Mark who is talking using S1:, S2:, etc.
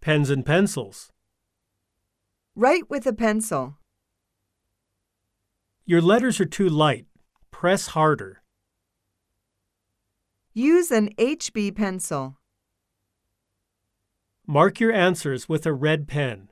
S1: Pens and pencils.
S2: Write with a pencil.
S1: Your letters are too light. Press harder.
S2: Use an HB pencil.
S1: Mark your answers with a red pen.